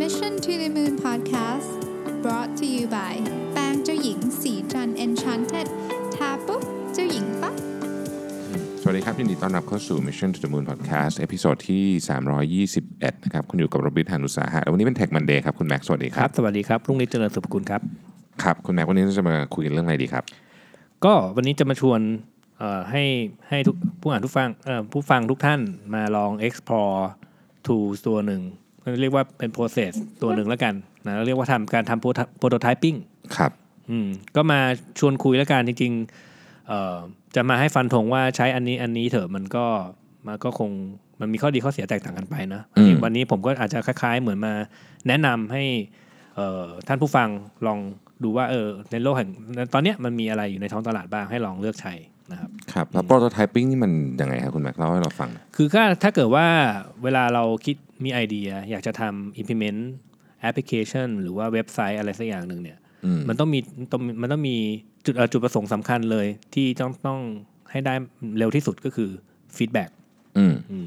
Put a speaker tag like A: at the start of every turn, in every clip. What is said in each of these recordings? A: Mission to the Moon Podcast brought to you by แปรงเจ้าหญิงสีจัน Enchanted ทาปุ๊บเจ้าหญิงปั๊บ
B: สวัสดีครับยินดีต้อนรับเข้าสู่ Mission to the Moon Podcast เอพิโซดที่ 321 นะครับ คุณอยู่กับโรบิทหานุสาหะและวันนี้เป็น Tech Monday ครับ คุณแม็กซ์สวัสดีค
C: ครั
B: รับ
C: บ สวัสดีครับ รุ่งนิจเจริญสุภกุลครับ
B: ครับ คุณแม็กซ์วันนี้เราจะมาคุยกันเรื่องอะไรดีครับ
C: ก็วันนี้จะมาชวนเอ่อให้ให้ทุกผู้อ่านทุกฟังเอ่อผู้ฟังทุกท่านมาลอง explore tools ตัวหนึ่งเรียกว่าเป็น process ตัวหนึ่งแล้วกันนะเราเรียกว่าทำการทำ proto- prototyping
B: ครับ
C: อืมก็มาชวนคุยแล้วกันจริงๆเอ่อจะมาให้ฟันธงว่าใช้อันนี้อันนี้เถอะมันก็มันก็คงมันมีข้อดีข้อเสียแตกต่างกันไปนะ
B: อืม
C: วันนี้ผมก็อาจจะคล้าย ๆ เหมือนมาแนะนำให้เอ่อท่านผู้ฟังลองดูว่าเออในโลกแห่งตอนเนี้ยมันมีอะไรอยู่ในท้องตลาดบ้างให้ลองเลือกใช้นะครับ
B: ครับ แล้ว prototyping นี่มันยังไงครับคุณแม็กซ์เล่าให้เราฟังหน่อย
C: คือถ้าถ้าเกิดว่าเวลาเราคิดมีไอเดีย อยากจะทำ implement application หรือว่าเว็บไซต์อะไรสักอย่างหนึ่งเนี่ย
B: อืม
C: มันต้องมีต้องมันต้องมีจุดเอ่อจุดประสงค์สำคัญเลยที่ต้องต้องให้ได้เร็วที่สุดก็คือฟีดแบ็ก
B: อืม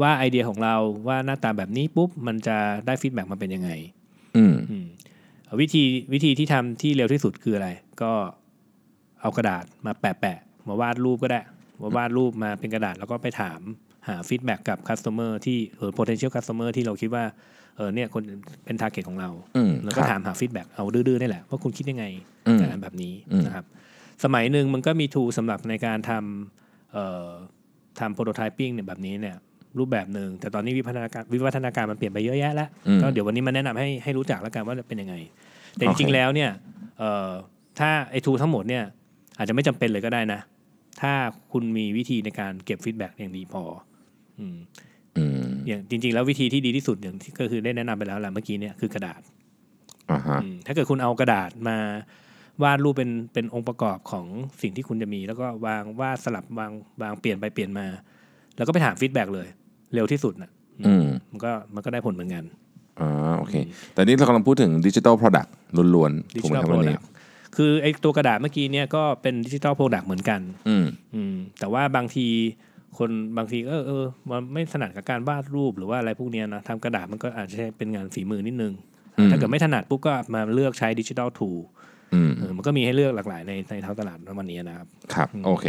C: ว่าไอเดียของเราว่าหน้าตาแบบนี้ปุ๊บ มันจะได้ฟีดแบ็กมาเป็นยังไง
B: อืม
C: อืมวิธีวิธีที่ทำที่เร็วที่สุดคืออะไร ก็เอากระดาษมาแปะแปะๆมาวาดรูปก็ได้มาวาดรูปมาเป็นกระดาษแล้วก็ไปถามหาฟีดแบ็กกับคัสเตอร์ที่เออ potential customer ที่เราคิดว่าเออเนี่ยคนเป็น target ของเรา
B: อืม
C: แล้ว
B: ค
C: ก็
B: รับ
C: ถามหาฟีดแบ็กเอาดื้อๆนี่แหละว่าคุณคิดยังไง
B: อืม
C: กับอันแบบนี้
B: อืม
C: นะครับ สมัยหนึ่งมันก็มีทูสำหรับในการทำเอ่อทำโปรโตไทปิ้งเนี่ยแบบนี้เนี่ยรูปแบบหนึ่งแต่ตอนนี้วิวัฒนาการวิวัฒนาการมันเปลี่ยนไปเยอะแยะแล้วก็เดี๋ยววันนี้มาแนะนำให้ให้รู้จักแล้วกันว่าเป็นยังไง แต่จริงๆแล้วเนี่ยเอ่อถ้าไอทูทั้งหมดเนี่ยอาจจะไม่จำเป็นเลยก็ได้นะ ถ้าคุณมีวิธีในการเก็บฟีดแบ็กอย่างดีพออืม
B: อืม
C: อย่างจริง ๆ แล้ววิธีที่ดีที่สุดอย่างที่ก็คือได้แนะนำไปแล้วแหละเมื่อกี้เนี่ยคือกระดาษ
B: อ่าฮะ
C: อืมถ้าเกิดคุณเอากระดาษมาวาดรูปเป็นเป็นองค์ประกอบของสิ่งที่คุณจะมี แล้วก็วางวาดสลับวางวางเปลี่ยนไปเปลี่ยนมา แล้วก็ไปถามฟีดแบ็กเลย เร็วที่สุดน่ะ
B: อืม
C: มันก็มันก็ได้ผลเหมือนกัน
B: อ่าโอเค แต่นี่เรากำลังพูดถึงดิจิ t a ล Product ล้วนๆ
C: ดิ
B: ถูก
C: จิ
B: ไหมครั
C: ทัล
B: บ
C: โปร
B: วัน
C: ดั
B: นี้
C: กคือไอตัวกระดาษเมื่อกี้เนี่ยก็เป็นดิจิทัลโปรดักเหมือนกัน
B: อืม
C: อืมแต่ว่าบางทีคนบางทีก็เออเออมันไม่ถนัดกับการวาดรูปหรือว่าอะไรพวกเนี้ยนะทำกระดาษมันก็อาจจะใช้เป็นงานฝีมือนิดนึงถ้าเกิดไม่ถนัดปุ๊บก็มาเลือกใช้ดิจิทัลทู
B: อืม
C: มันก็มีให้เลือกหลากหลายในในท้องตลาดวันนี้นะครับ
B: ครับ โอเค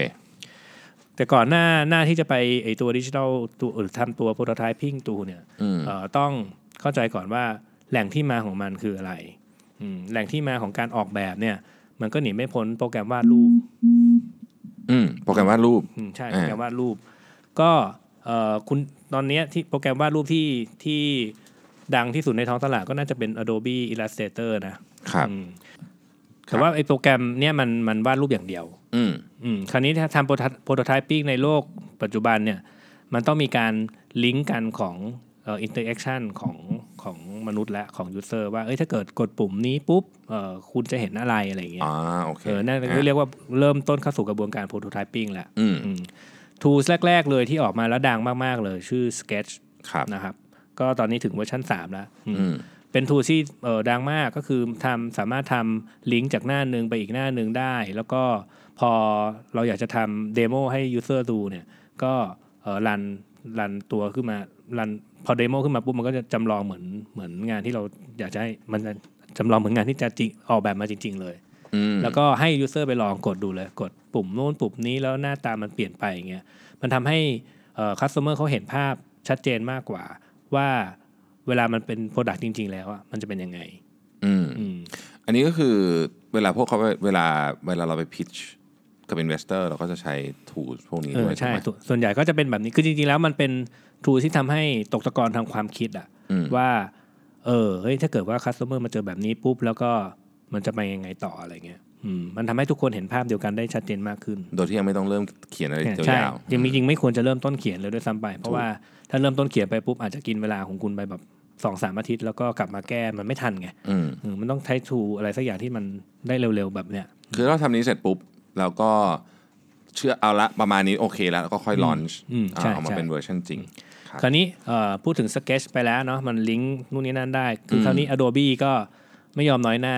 C: แต่ก่อนหน้าหน้าที่จะไปไอตัวดิจิทัลตัวหรือทำตัวโปรโตไทปิ้งตัวเนี่ย
B: อืม
C: เอ่อต้องเข้าใจก่อนว่าแหล่งที่มาของมันคืออะไรอืมแหล่งที่มาของการออกแบบเนี่ย มันก็หนีไม่พ้นโปรแกรมวาดรูป
B: อืมโปรแกรมวาดรูป
C: อืมใช่
B: อ่า
C: โปรแกรมวาดรูป ก็เอ่อคุณตอนเนี้ยที่โปรแกรมวาดรูปที่ที่ดังที่สุดในท้องตลาดก็น่าจะเป็น Adobe Illustrator นะครับ อืมแต่ว่าไอโปรแกรมเนี่ยมันมันวาดรูปอย่างเดียว
B: อืม
C: อืมคราวนี้ถ้าทำโปรโตไทปิ้งในโลกปัจจุบันเนี่ยมันต้องมีการลิงก์กันของเอินเตอร์แอคชันของของมนุษย์และของยูเซอร์ว่าเอ้ยถ้าเกิดกดปุ่มนี้ปุ๊บเอ่อคุณจะเห็นอะไรอะไรอย่างเงี้ย
B: อ่าโอเค
C: เออนั่นก็
B: อ่ะ
C: เรียกว่าเริ่มต้นเข้าสู่กระบวนการโปรโตไทปิ้งแหละ
B: อืม
C: ทูสแรก ๆ เลยที่ออกมาแล้วดังมาก ๆ เลยชื่อ Sketch
B: ครับ
C: นะครับ ก็ตอนนี้ถึงเวอร์ชัน3 แล้วอืม
B: อืม
C: เป็นทูที่เอ่อดังมากก็คือทำสามารถทำลิงก์จากหน้าหนึ่งไปอีกหน้าหนึ่งได้ แล้วก็พอเราอยากจะทำเดโมให้ยูเซอร์ดูเนี่ยก็เอ่อรันรันตัวขึ้นมารันพอเดโมขึ้นมาปุ๊บมันก็จะจำลองเหมือนเหมือนงานที่เราอยากจะให้มันจะจำลองเหมือนงานที่จะจริงออกแบบมาจริง ๆ เลย
B: อืม
C: แล้วก็ให้ยูเซอร์ไปลองกดดูเลย กดปุ่มโน้นปุ่มนี้แล้วหน้าตามันเปลี่ยนไปอย่างเงี้ยมันทำให้คัสเตอร์เมอร์เขาเห็นภาพชัดเจนมากกว่า ว่าเวลามันเป็นโปรดักต์จริง ๆ แล้วอะมันจะเป็นยังไง
B: อืม
C: อืม
B: อันนี้ก็คือเวลาพวกเขาไปเวลาเวลาเราไปพิชกับ investor เราก็จะใช้ tools พวกนี้
C: เอ
B: ด้
C: อ
B: วย
C: ใช่
B: ไหม
C: ส่วนส่วนใหญ่ก็จะเป็นแบบนี้ คือจริง ๆ แล้วมันเป็นทูที่ทำให้ตกตะกอนทางความคิดอะ
B: อืม
C: ว่า เออเฮ้ยถ้าเกิดว่าคัสเตอร์มาเจอแบบนี้ปุ๊บ แล้วก็มันจะไปยังไงต่ออะไรเงี้ยอืมมันทำให้ทุกคนเห็นภาพเดียวกันได้ชัดเจนมากขึ้น
B: โดยที่ยังไม่ต้องเริ่มเขียนอะไรย
C: ใช่
B: าว
C: จริงจริงๆไม่ควรจะเริ่มต้นเขียนเลยด้วยซ้ำไป เพราะว่าถ้าเริ่มต้นเขียนไปปุ๊บอาจจะกินเวลาของคุณไปแบบสองสามอาทิตย์แล้วก็กลับมาแก้มันไม่ทันไง
B: ๆอืม
C: เออมันต้องใช้ทูอะไรสักอย่างที่มันได้เร็วๆแบบเนี้ย
B: คือเราทำนี้เสร็จปุ๊บเราก็เชื่อเอาละประมาณนี้โอเคแล้วแล้วก็ค่อยลอนช์
C: อืมใช่
B: เอามา
C: ใช่
B: เป็นเวอร์ชันจริง ครับ
C: คราวนี้เอ่อพูดถึง Sketch ไปแล้วเนาะมันลิงก์นู่นนี่นั่นได้ คือคราวนี้ Adobe ก็ไม่ยอมน้อยหน้า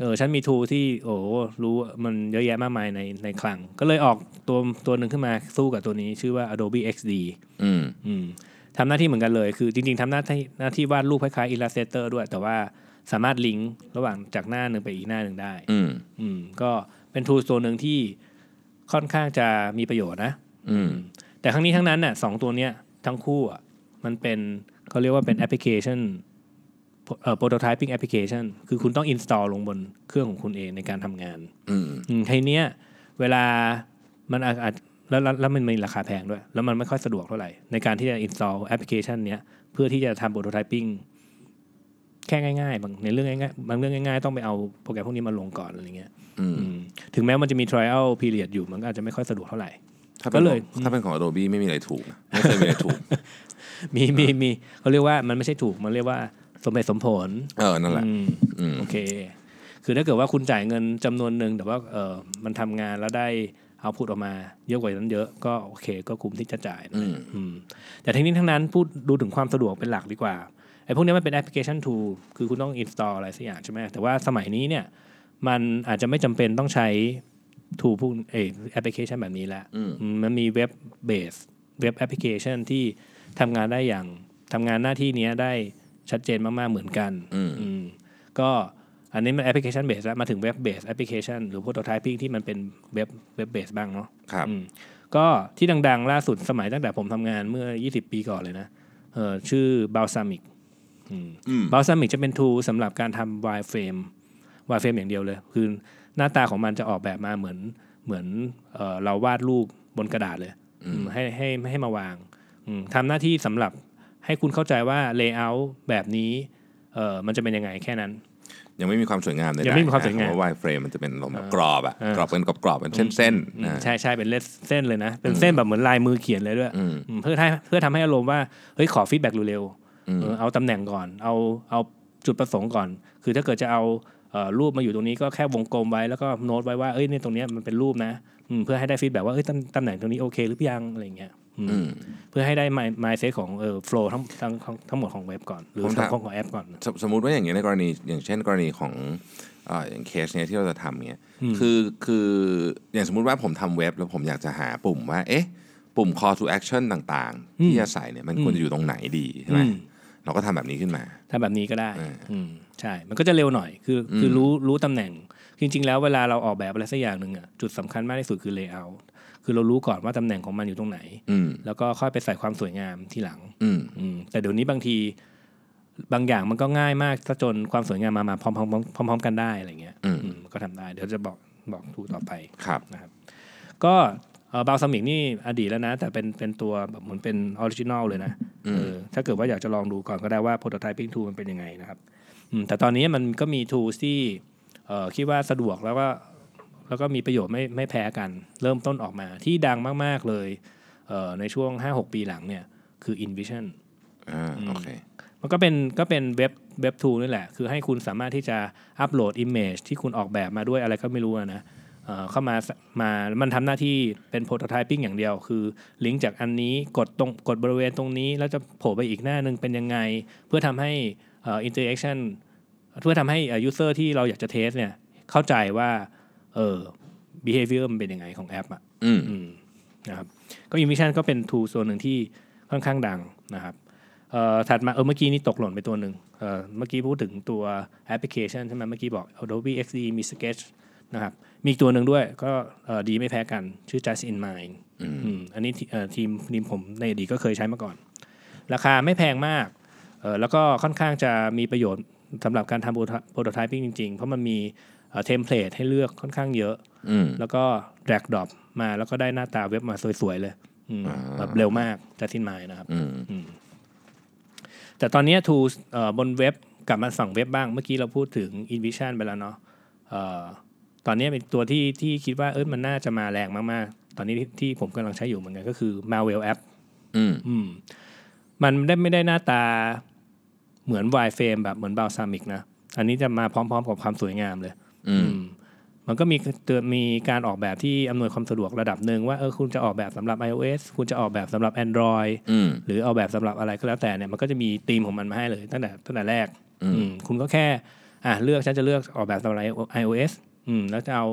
C: เออฉันมีทูที่โอ้โหรู้มันเยอะแยะมากมายในในคลัง ก็เลยออกตัวตัวหนึ่งขึ้นมาสู้กับตัวนี้ชื่อว่า Adobe XD
B: อืม
C: อืม ทำหน้าที่เหมือนกันเลย คือจริงๆทำหน้าที่หน้าที่วาดรูปคล้ายๆ Illustrator ด้วย แต่ว่าสามารถลิงก์ระหว่างจากหน้าหนึ่งไปอีกหน้าหนึ่งได้
B: อืม
C: อืมก็เป็น tools ตัวหนึ่งที่ค่อนข้างจะมีประโยชน์นะ
B: อืม
C: แต่ทั้งนี้ทั้งนั้นน่ะสองตัวเนี้ยทั้งคู่อ่ะมันเป็นเขาเรียกว่าเป็นแอปพลิเคชันเอ่อ prototyping application คือคุณต้อง install ลงบนเครื่องของคุณเองในการทำงาน
B: อืม
C: อืมทีเนี้ยเวลามันอาจแล้วแล้วแล้วมันมีราคาแพงด้วย แล้วมันไม่ค่อยสะดวกเท่าไหร่ ในการที่จะ install แอปพลิเคชันเนี้ยเพื่อที่จะทำ prototyping แค่ง่ายๆบางในเรื่องง่ายๆบางเรื่องง่ายๆ ต้องไปเอาโปรแกรมพวกนี้มาลงก่อนอะไรเงี้ย
B: อืม
C: อืมถึงแม้มันจะมี trial period อยู่มันก็อาจจะไม่ค่อยสะดวกเท่าไหร่
B: ถ้า
C: ก็
B: เป็น
C: เลย
B: ของถ้าเป็นของ Adobe ไม่มีอะไรถูกนะไม่เคยมีอะไรถูก
C: มีมีมีเขาเรียกว่ามันไม่ใช่ถูก มันเรียกว่าสมเหตุสมผล
B: เออ นั่นแหละ
C: อืม
B: อืม
C: โอเค คือถ้าเกิดว่าคุณจ่ายเงินจำนวนหนึ่งแต่ว่าเออมันทำงานแล้วได้เอาพูดออกมา เยอะกว่านั้นเยอะก็โอเค ก็คุ้มที่จะจ่ายนะ
B: อืม
C: อืมแต่ทั้งนี้ทั้งนั้นพูดดูถึงความสะดวกเป็นหลักดีกว่าไอ้พวกนี้มันเป็นแอปพลิเคชัน tool คือคุณต้อง install อะไรสักอย่างใช่ไหมแต่ว่าสมัยนี้เนี่ย มันอาจจะไม่จำเป็นต้องใช้ tool พวกเอแอปพลิเคชันแบบนี้แล้ว
B: อืม
C: อืมมันมีเว็บเบสเว็บแอปพลิเคชันที่ทำงานได้อย่างทำงานหน้าที่เนี้ยได้ชัดเจนมากๆเหมือนกัน
B: อืม
C: อืมก็อันนี้มันแอปพลิเคชันเบสแล้วมาถึงเว็บเบสแอปพลิเคชันหรือ prototyping ที่มันเป็นเว็บเว็บเบสบ้างเนาะ
B: ครับ
C: อืมก็ที่ดังๆ ล่าสุดสมัยตั้งแต่ผมทำงานเมื่อ 20 ปีก่อนเลยนะเออชื่อ Balsamic
B: อืม
C: b a l s a m i c จะเป็น tool สำหรับการทำ wireframe wireframe อย่างเดียวเลย คือหน้าตาของมันจะออกแบบมาเหมือนเหมือนเอ่อเราวาดรูปบนกระดาษเลยอืมให้ให้ให้มาวางอืมทำหน้าที่สำหรับให้คุณเข้าใจว่า layout แบบนี้เอ่อมันจะเป็นยังไงแค่นั้น
B: ยังไม่มีความสวยงามเลย
C: ยังไม่มีความสวยงาม
B: เพราะว่า wireframe มันจะเป็นลมแบบกรอบอะ
C: เออ
B: กรอบเป็นกรอบๆเป็นเส้นๆ
C: อืม
B: นะ
C: ใช่ใช่เป็นเลสเส้นเลยนะ เป็นเส้นแบบเหมือนลายมือเขียนเลยด้วย
B: อืม
C: อืมเพื่อให้เพื่อทำให้อารมณ์ว่าเฮ้ยขอฟีดแบ็กเร็ว
B: อืม
C: ๆเออเอาตำแหน่งก่อน เอาเอาจุดประสงค์ก่อน คือถ้าเกิดจะเอาเอ่อรูปมาอยู่ตรงนี้ก็แค่วงกลมไว้แล้วก็โน้ตไว้ว่าเอ้ยเนี่ยตรงเนี้ยมันเป็นรูปนะอืมเพื่อให้ได้ฟีดแบ็กว่าเอ้ยตำตำแหน่งตรงนี้โอเคหรือยังอะไรอย่างเงี้ยอืม
B: อืม
C: เพื่อให้ได้ไมล์เซตของเอ่อโฟล์ทั้งทั้งทั้งทั้งหมดของเว็บก่อน หรือ
B: ผมถาม
C: ทั้งของแอปก่อน
B: สมสมมุติว่าอย่างเงี้ยในกรณีอย่างเช่นกรณีของเอ่ออย่างเคสเนี้ยที่เราจะทำเนี้ยคือคืออย่างสมมุติว่าผมทำเว็บแล้วผมอยากจะหาปุ่มว่าเอ๊ะปุ่ม call to action ต่างๆ ที่จะใส่เนี่ยมันควรจะอยู่ตรงไหนดีใช่ไหม
C: อืม
B: เราก็ทำแบบนี้ขึ้นมา
C: ถ้าแบบนี้ก็ได้
B: อ่า
C: อืมใช่ มันก็จะเร็วหน่อย คืออคือรู้รู้ตำแหน่ง จริง ๆ แล้วเวลาเราออกแบบอะไรสักอย่างหนึ่งอ่ะ จุดสำคัญมากที่สุดคือ layout คือเรารู้ก่อนว่าตำแหน่งของมันอยู่ตรงไหน
B: อืม
C: แล้วก็ค่อยไปใส่ความสวยงามทีหลัง
B: อืม
C: อืมแต่เดี๋ยวนี้บางทีบางอย่างมันก็ง่ายมากซะจนความสวยงามมามาพร้อมพร้อมพร้อมพร้อมกันได้อะไรเงี้ย
B: อืม
C: อืมก็ทำได้ เดี๋ยวจะบอกบอกทูต่อไป
B: ครับ
C: ก็บาลซามิกนี่อดีตแล้วนะ แต่เป็นเป็นตัวแบบเหมือนเป็นออริจินอลเลยนะเออถ้าเกิดว่าอยากจะลองดูก่อนก็ได้ว่า prototyping tool มันเป็นยังไงนะครับอืมแต่ตอนนี้มันก็มี tools ที่เอ่อคิดว่าสะดวกแล้วก็แล้วก็มีประโยชน์ไม่ไม่แพ้กัน เริ่มต้นออกมาที่ดังมาก ๆ เลยเอ่อในช่วง 5-6 ปีหลังเนี่ยคือ InVision
B: อ่าโอเค
C: มันก็เป็นก็เป็นเว็บเว็บทูนี่แหละ คือให้คุณสามารถที่จะอัปโหลด Image ที่คุณออกแบบมาด้วยอะไรก็ไม่รู้อะนะเอ่อเข้ามามามันทำหน้าที่เป็นโปรโตไทปิ้งอย่างเดียว คือลิงก์จากอันนี้กดตรงกดบริเวณตรงนี้ แล้วจะโผล่ไปอีกหน้าหนึงเป็นยังไง เพื่อทำให้เอินเตอร์แอคชั่นเพื่อทำให้ยูเซอร์ที่เราอยากจะเทสเนี่ยเข้าใจว่าเออ behavior มันเป็นยังไงของแอปอะ
B: อืม
C: อืมนะครับก็อินวิชันก็เป็นทูส่วนหนึ่งที่ค่อนข้างดังนะครับเอ่อถัดมาเออเมื่อกี้นี่ตกหล่นไปตัวหนึ่งเอ่อเมื่อกี้พูดถึงตัวแอปพลิเคชันใช่ไหมเมื่อกี้บอก Adobe XD มี Sketch นะครับมีอีกตัวหนึ่งด้วยก็เอ่อดีไม่แพ้กันชื่อ Just in Mind อืมอันนี้ทีเอ่อทีมทีมผมในอดีตก็เคยใช้มาก่อน ราคาไม่แพงมากเอ่อแล้วก็ค่อนข้างจะมีประโยชน์สำหรับการทำโปรโตไทปิ้งจริงๆ เพราะมันมีเทมเพลตให้เลือกค่อนข้างเยอะ
B: อืม
C: แล้วก็แดกดรอปมาแล้วก็ได้หน้าตาเว็บมาสวย ๆ เลยอืม
B: อ่า
C: แบบเร็วมากจะทิ้นไม้นะครับ
B: อืม
C: แต่ตอนเนี้ทูบนเว็บกลับมาสั่งเว็บบ้าง เมื่อกี้เราพูดถึง InVision ไปแล้วเนาะเอ่อตอนนี้เป็นตัวที่ที่คิดว่าเออมันน่าจะมาแรงมาก ๆ ตอนนี้ที่ที่ผมกำลังใช้อยู่เหมือนกันก็คือ Marvel App
B: อืม
C: อืมมันได้ไม่ได้หน้าตาเหมือน wireframe แบบเหมือน balsamic นะ อันนี้จะมาพร้อม ๆ กับความสวยงามเลย
B: อืม
C: อืมมันก็มีเตือนมีการออกแบบที่อำนวยความสะดวกระดับหนึ่งว่าเออคุณจะออกแบบสำหรับ iOS คุณจะออกแบบสำหรับ Android
B: อืม
C: หรือออกแบบสำหรับอะไรก็แล้วแต่เนี่ยมันก็จะมีธีมของมันมาให้เลยตั้งแต่ตั้งแต่แรกอืมคุณก็แค่อ่ะเลือกฉันจะเลือกออกแบบสำหรับ iOS อืมแล้วจะเอา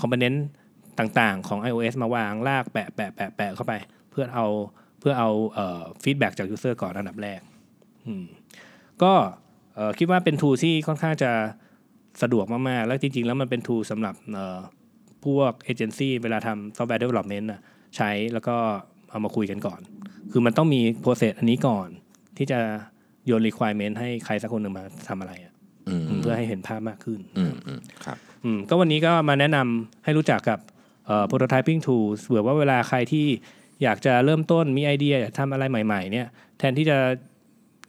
C: คอมโพเนนต์ต่างๆ ของ iOS มาวางลากแปะแปะแปะแปะเข้าไป เพื่อเอาเ พื่อเอาฟีดแบ็จากยูเซอร์ก่อนอันดับแรกอืมก็เอ่อคิดว่าเป็นทูที่ค่อนข้างจะสะดวกมาก ๆ แล้วจริง ๆ แล้วมันเป็นทูสำหรับเอ่อพวกเอเจนซี่เวลาทำซอฟต์แวร์เดเวล็อปเมนต์ใช้แล้วก็เอามาคุยกันก่อน คือมันต้องมีโปรเซสอันนี้ก่อน ที่จะโยน requirement ให้ใครสักคนหนึ่งมาทำอะไรอะ
B: อืม
C: อืมเพื่อให้เห็นภาพมากขึ้น
B: อืมอืมครับ
C: อืมก็วันนี้ก็มาแนะนำให้รู้จักกับเอ่อ prototyping tools เผื่อว่าเวลาใครที่อยากจะเริ่มต้นมีไอเดียอยากทำอะไรใหม่ ๆ เนี่ย แทนที่จะ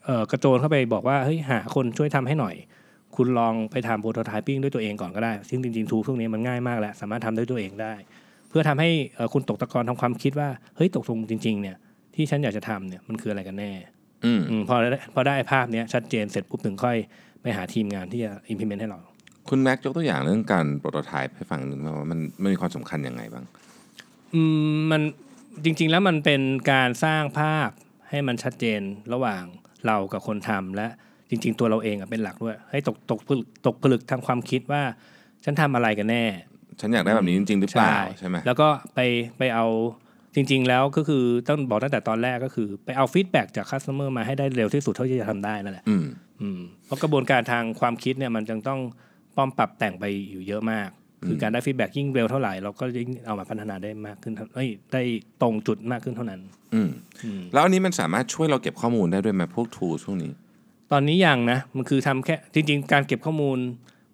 C: เอ่อกระโจนเข้าไปบอกว่าเฮ้ยหาคนช่วยทำให้หน่อย คุณลองไปทำ prototyping ด้วยตัวเองก่อนก็ได้ ซึ่งจริงๆ tools พวกนี้มันง่ายมากแล้ว สามารถทำด้วยตัวเองได้ เพื่อทำให้เอ่อคุณตกตะกอนทำความคิดว่าเฮ้ยตกลงจริง ๆ เนี่ยที่ฉันอยากจะทำเนี่ยมันคืออะไรกันแน่
B: อืม
C: อืมพอได้พอได้ภาพเนี้ยชัดเจนเสร็จปุ๊บถึงค่อยไปหาทีมงานที่จะ implement ให้เรา
B: คุณแม็กยกตัวอย่างเรื่องการโปรโตไทป์ให้ฟังหนึ่งว่ามันมันมีความสำคัญยังไงบ้าง
C: อืมมันจริง ๆ แล้วมันเป็นการสร้างภาพให้มันชัดเจนระหว่างเรากับคนทำและจริง ๆ ตัวเราเองอะเป็นหลักด้วย ให้ตกตกผลึกตกผลึกทางความคิดว่า ฉันทำอะไรกันแน่
B: ฉันอยากได้แบบนี้จริงๆหรือเปล่าใช่ไหม
C: แล้วก็ไปไปเอาจริง ๆ แล้วก็คือต้องบอกตั้งแต่ตอนแรกก็คือ ไปเอาฟีดแบ็จากคัสเตอร์มาให้ได้เร็วที่สุดเท่าที่จะทำได้นั่นแหละ
B: อืม
C: อืมเพราะกระบวนการทางความคิดเนี่ยมันจึงต้องป้อมปรับแต่งไปอยู่เยอะมาก คือการได้ฟีดแบ็กยิ่งเร็วเท่าไหร่เราก็ยิ่งเอามาพัฒนาได้มากขึ้นเท่าเอ้ยได้ตรงจุดมากขึ้นเท่านั้น
B: อืมแล้วอันนี้มันสามารถช่วยเราเก็บข้อมูลได้ด้วยไหมพวก tools พวกนี้
C: ตอนนี้ยังนะ มันคือทำแค่จริง ๆ การเก็บข้อมูล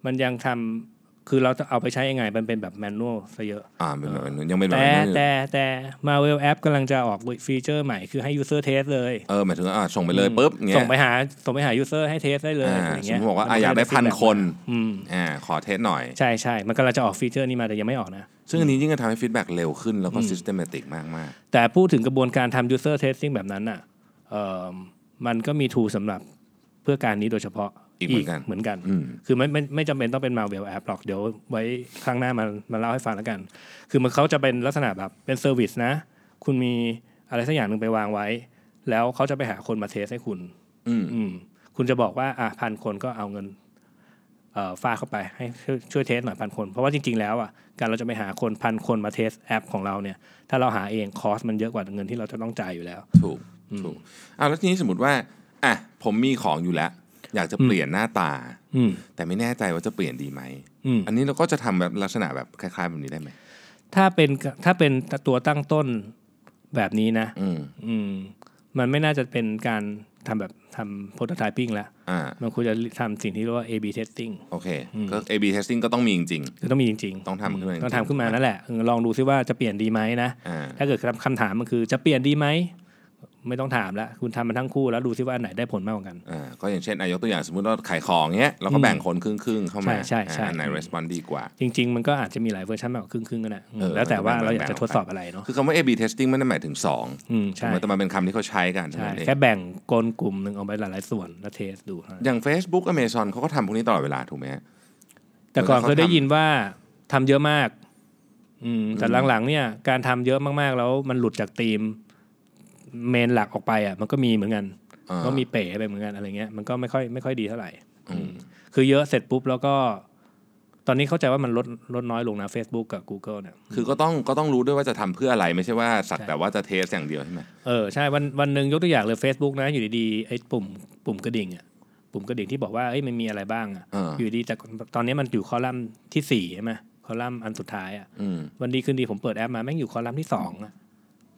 C: มันยังทำคือเราจะเอาไปใช้ยังไง มันเป็นแบบแมนนวลซะเยอะ
B: อ่าเป็นแบบนั้นยังเป็นแบบ
C: แต่
B: นั้นอยู่
C: แต่แต่มาเวลแอปกำลังจะออกฟีเจอร์ใหม่คือให้ user test เลย
B: เออหมายถึงว่าอ่าส่งไปเลยปุ๊บเงี้ย
C: ส่งไปหาส่งไปหา user ให้ test ได้เลย
B: อ่า
C: อ
B: ส
C: ย่าง
B: ม
C: เงี้ย
B: มติบอกว่าอ่ะอยากได้พันคน
C: อืม
B: อ่าขอเทสหน่อย
C: ใช่ใช่มันกำลังจะออกฟีเจอร์นี้มาแต่ยังไม่ออกนะ
B: ซึ่งอันนี้ยิ่งจะทำให้ฟีดแบ็กเร็วขึ้นแล้วก็ systematic มากมาก
C: แต่พูดถึงกระบวนการทำ user testing แบบนั้นน่ะเอิ่มมันก็มี tool สำหรับเพื่อการนี้โดยเฉพาะ
B: ๆอีกเหมือนกัน
C: เหมือนกัน
B: อืม
C: คือไม่ไม่ไม่จำเป็นต้องเป็น malware app หรอก เดี๋ยวไว้ครั้งหน้ามันมาเล่าให้ฟังแล้วกัน คือมันเขาจะเป็นลักษณะแบบเป็น service นะ คุณมีอะไรสักอย่างหนึ่งไปวางไว้ แล้วเขาจะไปหาคนมาเทสให้คุณ
B: อืม
C: อืมคุณจะบอกว่าอ่ะพันคนก็เอาเงินเอ่อฟาดเข้าไปให้ช่วยช่วยเทสหน่อยพันคน เพราะว่าจริง ๆ แล้วอ่ะการเราจะไปหาคนพันคนมาเทสแอปของเราเนี่ย ถ้าเราหาเองคอสมันเยอะกว่าเงินที่เราจะต้องจ่ายอยู่แล้ว
B: ถูกถูกอ่าแล้วทีนี้สมมติว่าอ่ะผมมีของอยู่แล้ว อยากจะเปลี่ยนหน้าตา
C: อืม
B: แต่ไม่แน่ใจว่าจะเปลี่ยนดีไหม
C: อืม
B: อันนี้เราก็จะทำแบบลักษณะแบบคล้ายๆแบบนี้ได้ไหม
C: ถ้าเป็นถ้าเป็นตัวตั้งต้นแบบนี้นะ
B: อืม
C: อืมมันไม่น่าจะเป็นการทำแบบทำ prototyping แล้ว
B: อ่า
C: มันควรจะทำสิ่งที่เรียกว่า A/B testing
B: โอเค ก็ A/B testing ก็ต้องมีจริง
C: ก็ต้องมีจริงๆ
B: ต้องทำขึ้นมาจริงๆ
C: ต้องทำขึ้นมานั่นแหละเออลองดูซิว่าจะเปลี่ยนดีไหมนะ
B: ๆอ่า
C: ถ้าเกิดคำถามมันคือจะเปลี่ยนดีไหม ไม่ต้องถามแล้ว คุณทำมันทั้งคู่แล้วดูซิว่าอันไหนได้ผลมากกว่ากัน
B: อ่าก็อย่างเช่นอายกตัวอย่างสมมติว่าขายของเงี้ยเราก็แบ่งคนครึ่งๆเข้ามา
C: ใช่ใช่ใช่
B: อ่าอันไหน respond ดีกว่า
C: จริง ๆ มันก็อาจจะมีหลายเวอร์ชันมากกว่าครึ่งครึ่งๆก็ได้อืม
B: เออ
C: แล้วแต่ว่าเราอยาก
B: แบ่
C: จะ
B: งๆ
C: ทดสอบอะไรเนาะ
B: คือคำว่า A/B testing ไม่ได้หมายถึงสอง
C: อืมใช่
B: ใช่ไหมแต่มันเป็นคำที่เขาใช้กัน
C: ใช่
B: เท่านั้นเอง
C: แค่แบ่งกลกลุ่มหนึ่งออกไปหลายๆส่วนแล้วเทสดูเท่านั้น
B: อย่าง Facebook Amazon เขาก็ทำพวกนี้ตลอดเวลาถูกไหมฮะ
C: แต่ก่อน
B: แล้วก็
C: เคยได้
B: ทำ
C: ยินว่าทำเยอะมาก อืมแต่หลังๆเนี่ย การทำเยอะมากๆ แล้วมันหลุดจากธีมเมนหลักออกไปอ่ะ มันก็มีเหมือนกัน
B: อ่า
C: ก็มีเป๋ไปเหมือนกันอะไรเงี้ย มันก็ไม่ค่อยไม่ค่อยดีเท่าไหร่อืมคือเยอะเสร็จปุ๊บแล้วก็ ตอนนี้เข้าใจว่ามันลดลดน้อยลงนะ Facebook กับ Google เนี่ย
B: คือก็ต้องก็ต้องรู้ด้วยว่าจะทำเพื่ออะไรไม่ใช่ว่าสักแต่ว่าจะเทสอย่างเดียวใช่ไหม
C: เออใช่วันวันหนึ่งยกตัวอย่างเลย Facebook นะ อยู่ดีๆไอ้ปุ่มปุ่มกระดิ่งอ่ะปุ่มกระดิ่งที่บอกว่าเอ้ยมันมีอะไรบ้างอ่ะ
B: เออ
C: อยู่ดีแต่ตอนนี้มันอยู่คอลัมน์ที่สี่ใช่ไหมคอลัมน์อันสุดท้ายอ่ะ
B: อืม
C: วันดีคืนดีผมเปิดแอปมาแม่งอยู่คอลัมน์ที่สองอะ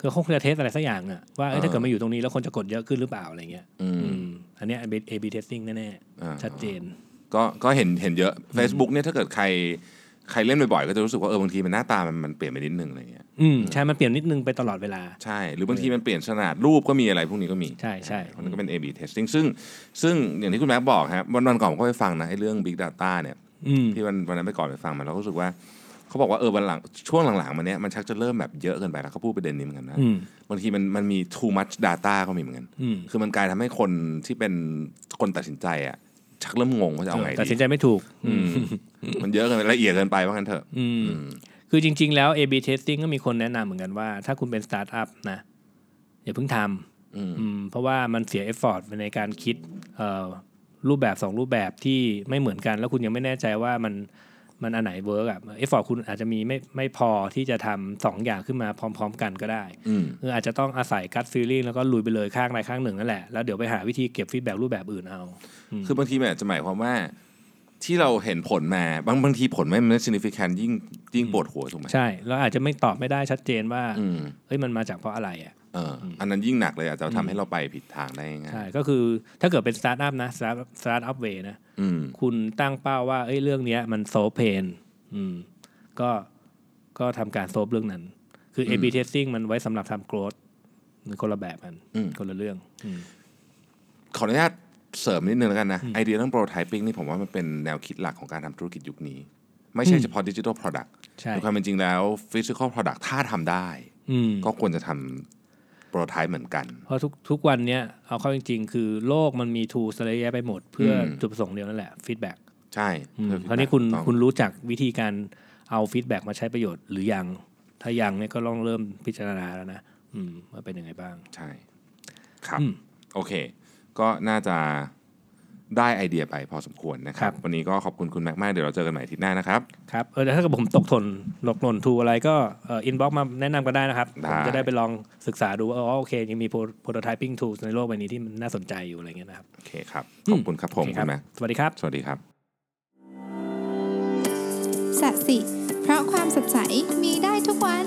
C: คือเขาคงจะเทสอะไรสักอย่างอะว่าเอ้ย
B: อ่า
C: ถ้าเกิดมาอยู่ตรงนี้แล้วคนจะกดเยอะขึ้นหรือเปล่าอะไรเงี้ย
B: อืม
C: อืมอันเนี้ย A B testing แน่
B: อ่า
C: ๆ ชัดเจน
B: ก็ก็เห็นเห็นเยอะ Facebook เนี่ยถ้าเกิดใครใครเล่นบ่อยๆก็จะรู้สึกว่าเออบางทีมันหน้าตามันมันเปลี่ยนไปนิดนึงอะไรเงี้ย
C: อืมใช่ มันเปลี่ยนนิดนึงไปตลอดเวลา
B: ใช่ หรือบางทีมันเปลี่ยนขนาดรูปก็มีอะไรพวกนี้ก็มี
C: ใช่ใช่
B: มันก็เป็น A/B testing ซึ่งซึ่งอย่างที่คุณแม็กบอกฮะวันวันก่อนผมก็ไปฟังนะไอ้เรื่อง Big Data เนี่ย
C: อืม
B: ที่วันวันนั้นไปก่อนไปฟังมาแล้วก็รู้สึกว่าเขาบอกว่าเออวันหลังช่วงหลังๆมาเนี้ยมันชักจะเริ่มแบบเยอะเกินไปแล้วเขาพูดประเด็นนี้เหมือนกันนะ
C: อืม
B: บางทีมันมันมี too much data ก็มีเหมือนกัน
C: อืม
B: คือมันกลายทำให้คนที่เป็นคนตัดสินใจอ่ะชักเริ่มงงว่าจะเอาไง
C: ตัดสิน
B: ดี
C: ใจไม่ถูก
B: อืมมันเยอะเกินไปละเอียดเกินไปว่างั้นเถอะ
C: อืมคือจริง ๆ แล้ว A B testing ก็มีคนแนะนำเหมือนกันว่า ถ้าคุณเป็นสตาร์ทอัพนะ อย่าเพิ่งทำ
B: อืม
C: อืมเพราะว่ามันเสียเอฟฟอร์ตในการคิดเอ่อรูปแบบสองรูปแบบที่ไม่เหมือนกัน แล้วคุณยังไม่แน่ใจว่ามัน มันอันไหนเวิร์กอะเอฟฟอร์คุณอาจจะมีไม่ไม่พอที่จะทำสองอย่างขึ้นมาพร้อม ๆ กันก็ได้
B: อืม
C: เอออาจจะต้องอาศัยกัดฟีลลิ่งแล้วก็ลุยไปเลยข้างใดข้างหนึ่งนั่นแหละแล้วเดี๋ยวไปหาวิธีเก็บฟีดแบ็รูปแบบอื่นเอา
B: คือบางทีมันอาจจะหมายความว่าที่เราเห็นผลมาบางบางทีผลไม่มัน significant ยิ่งยิ่งปวดหัวถูกไหม
C: ใช่ แล้วอาจจะไม่ตอบไม่ได้ชัดเจนว่า
B: อืม
C: เฮ้ยมันมาจากเพราะอะไรอ่ะ
B: เออออันนั้นยิ่งหนักเลยอาจจะทำให้เราไปผิดทางได้ง่าย
C: ใช่ ก็คือถ้าเกิดเป็นสตาร์ทอัพนะสตาร์ทสตาร์ทอัพเวนะ
B: ๆอืม
C: คุณตั้งเป้าว่าเอ้ยเรื่องเนี้ยมันโซเพนอืมก็ก็ทำการโซฟเรื่องนั้น คือ A/B testing มันไว้สำหรับทำ growth มันคนละแบบกัน
B: อืม
C: คนละเรื่องอืม
B: ขออนุญาตเสริมนิดนึงแล้วกันนะ ไอเดียเรื่อง prototyping นี่ผมว่ามันเป็นแนวคิดหลักของการทำธุรกิจยุคนี้ ไม่ใช่เฉพาะ digital product
C: ใช่
B: ในความเป็นจริงแล้ว physical product ถ้าทำได้
C: อืม
B: ก็ควรจะทำ prototype เหมือนกัน
C: เพราะทุกทุกวันเนี้ยเอาเข้าจริง ๆ คือโลกมันมีทูสเยอะไปหมด เพื่ออ
B: ม
C: จุดประสงค์เดียวนั่นแหละฟีดแบ็ก
B: ใช่
C: คราวนี้คุณ
B: ถูกต้อง
C: คุณรู้จักวิธีการเอาฟีดแบ็กมาใช้ประโยชน์หรือยัง ถ้ายังเนี่ยก็ลองเริ่มพิจารณาแล้วนะอืมว่าเป็นยังไงบ้าง
B: ใช่ ครับ
C: อืม
B: โอเค ก็น่าจะได้ไอเดียไปพอสมควรนะครับ
C: ครับ
B: วันนี้ก็ขอบคุณคุณแม็กมาก เดี๋ยวเราเจอกันใหม่อาที่หน้านะครับ
C: ครับ เออแต่ถ้าเกิดผมตกทนหลกหล่นทูอะไรก็เอินบ็อกมาแนะนำกันได้นะครับ
B: ได้
C: ผมจะได้ไปลองศึกษาดูว่าอ๋อโอเค ยังมีโปรโตไทปิ้งทูในโลกใบนี้ที่มันน่าสนใจอยู่อะไรเงี้ยนะครับ
B: โอเคครับ ขอบคุณครับผม
C: โอเค
B: คุณแม็ก
C: สวัสดีครับ
B: สวัสดีครับ
A: สัสิ เพราะความสดใสมีได้ทุกวัน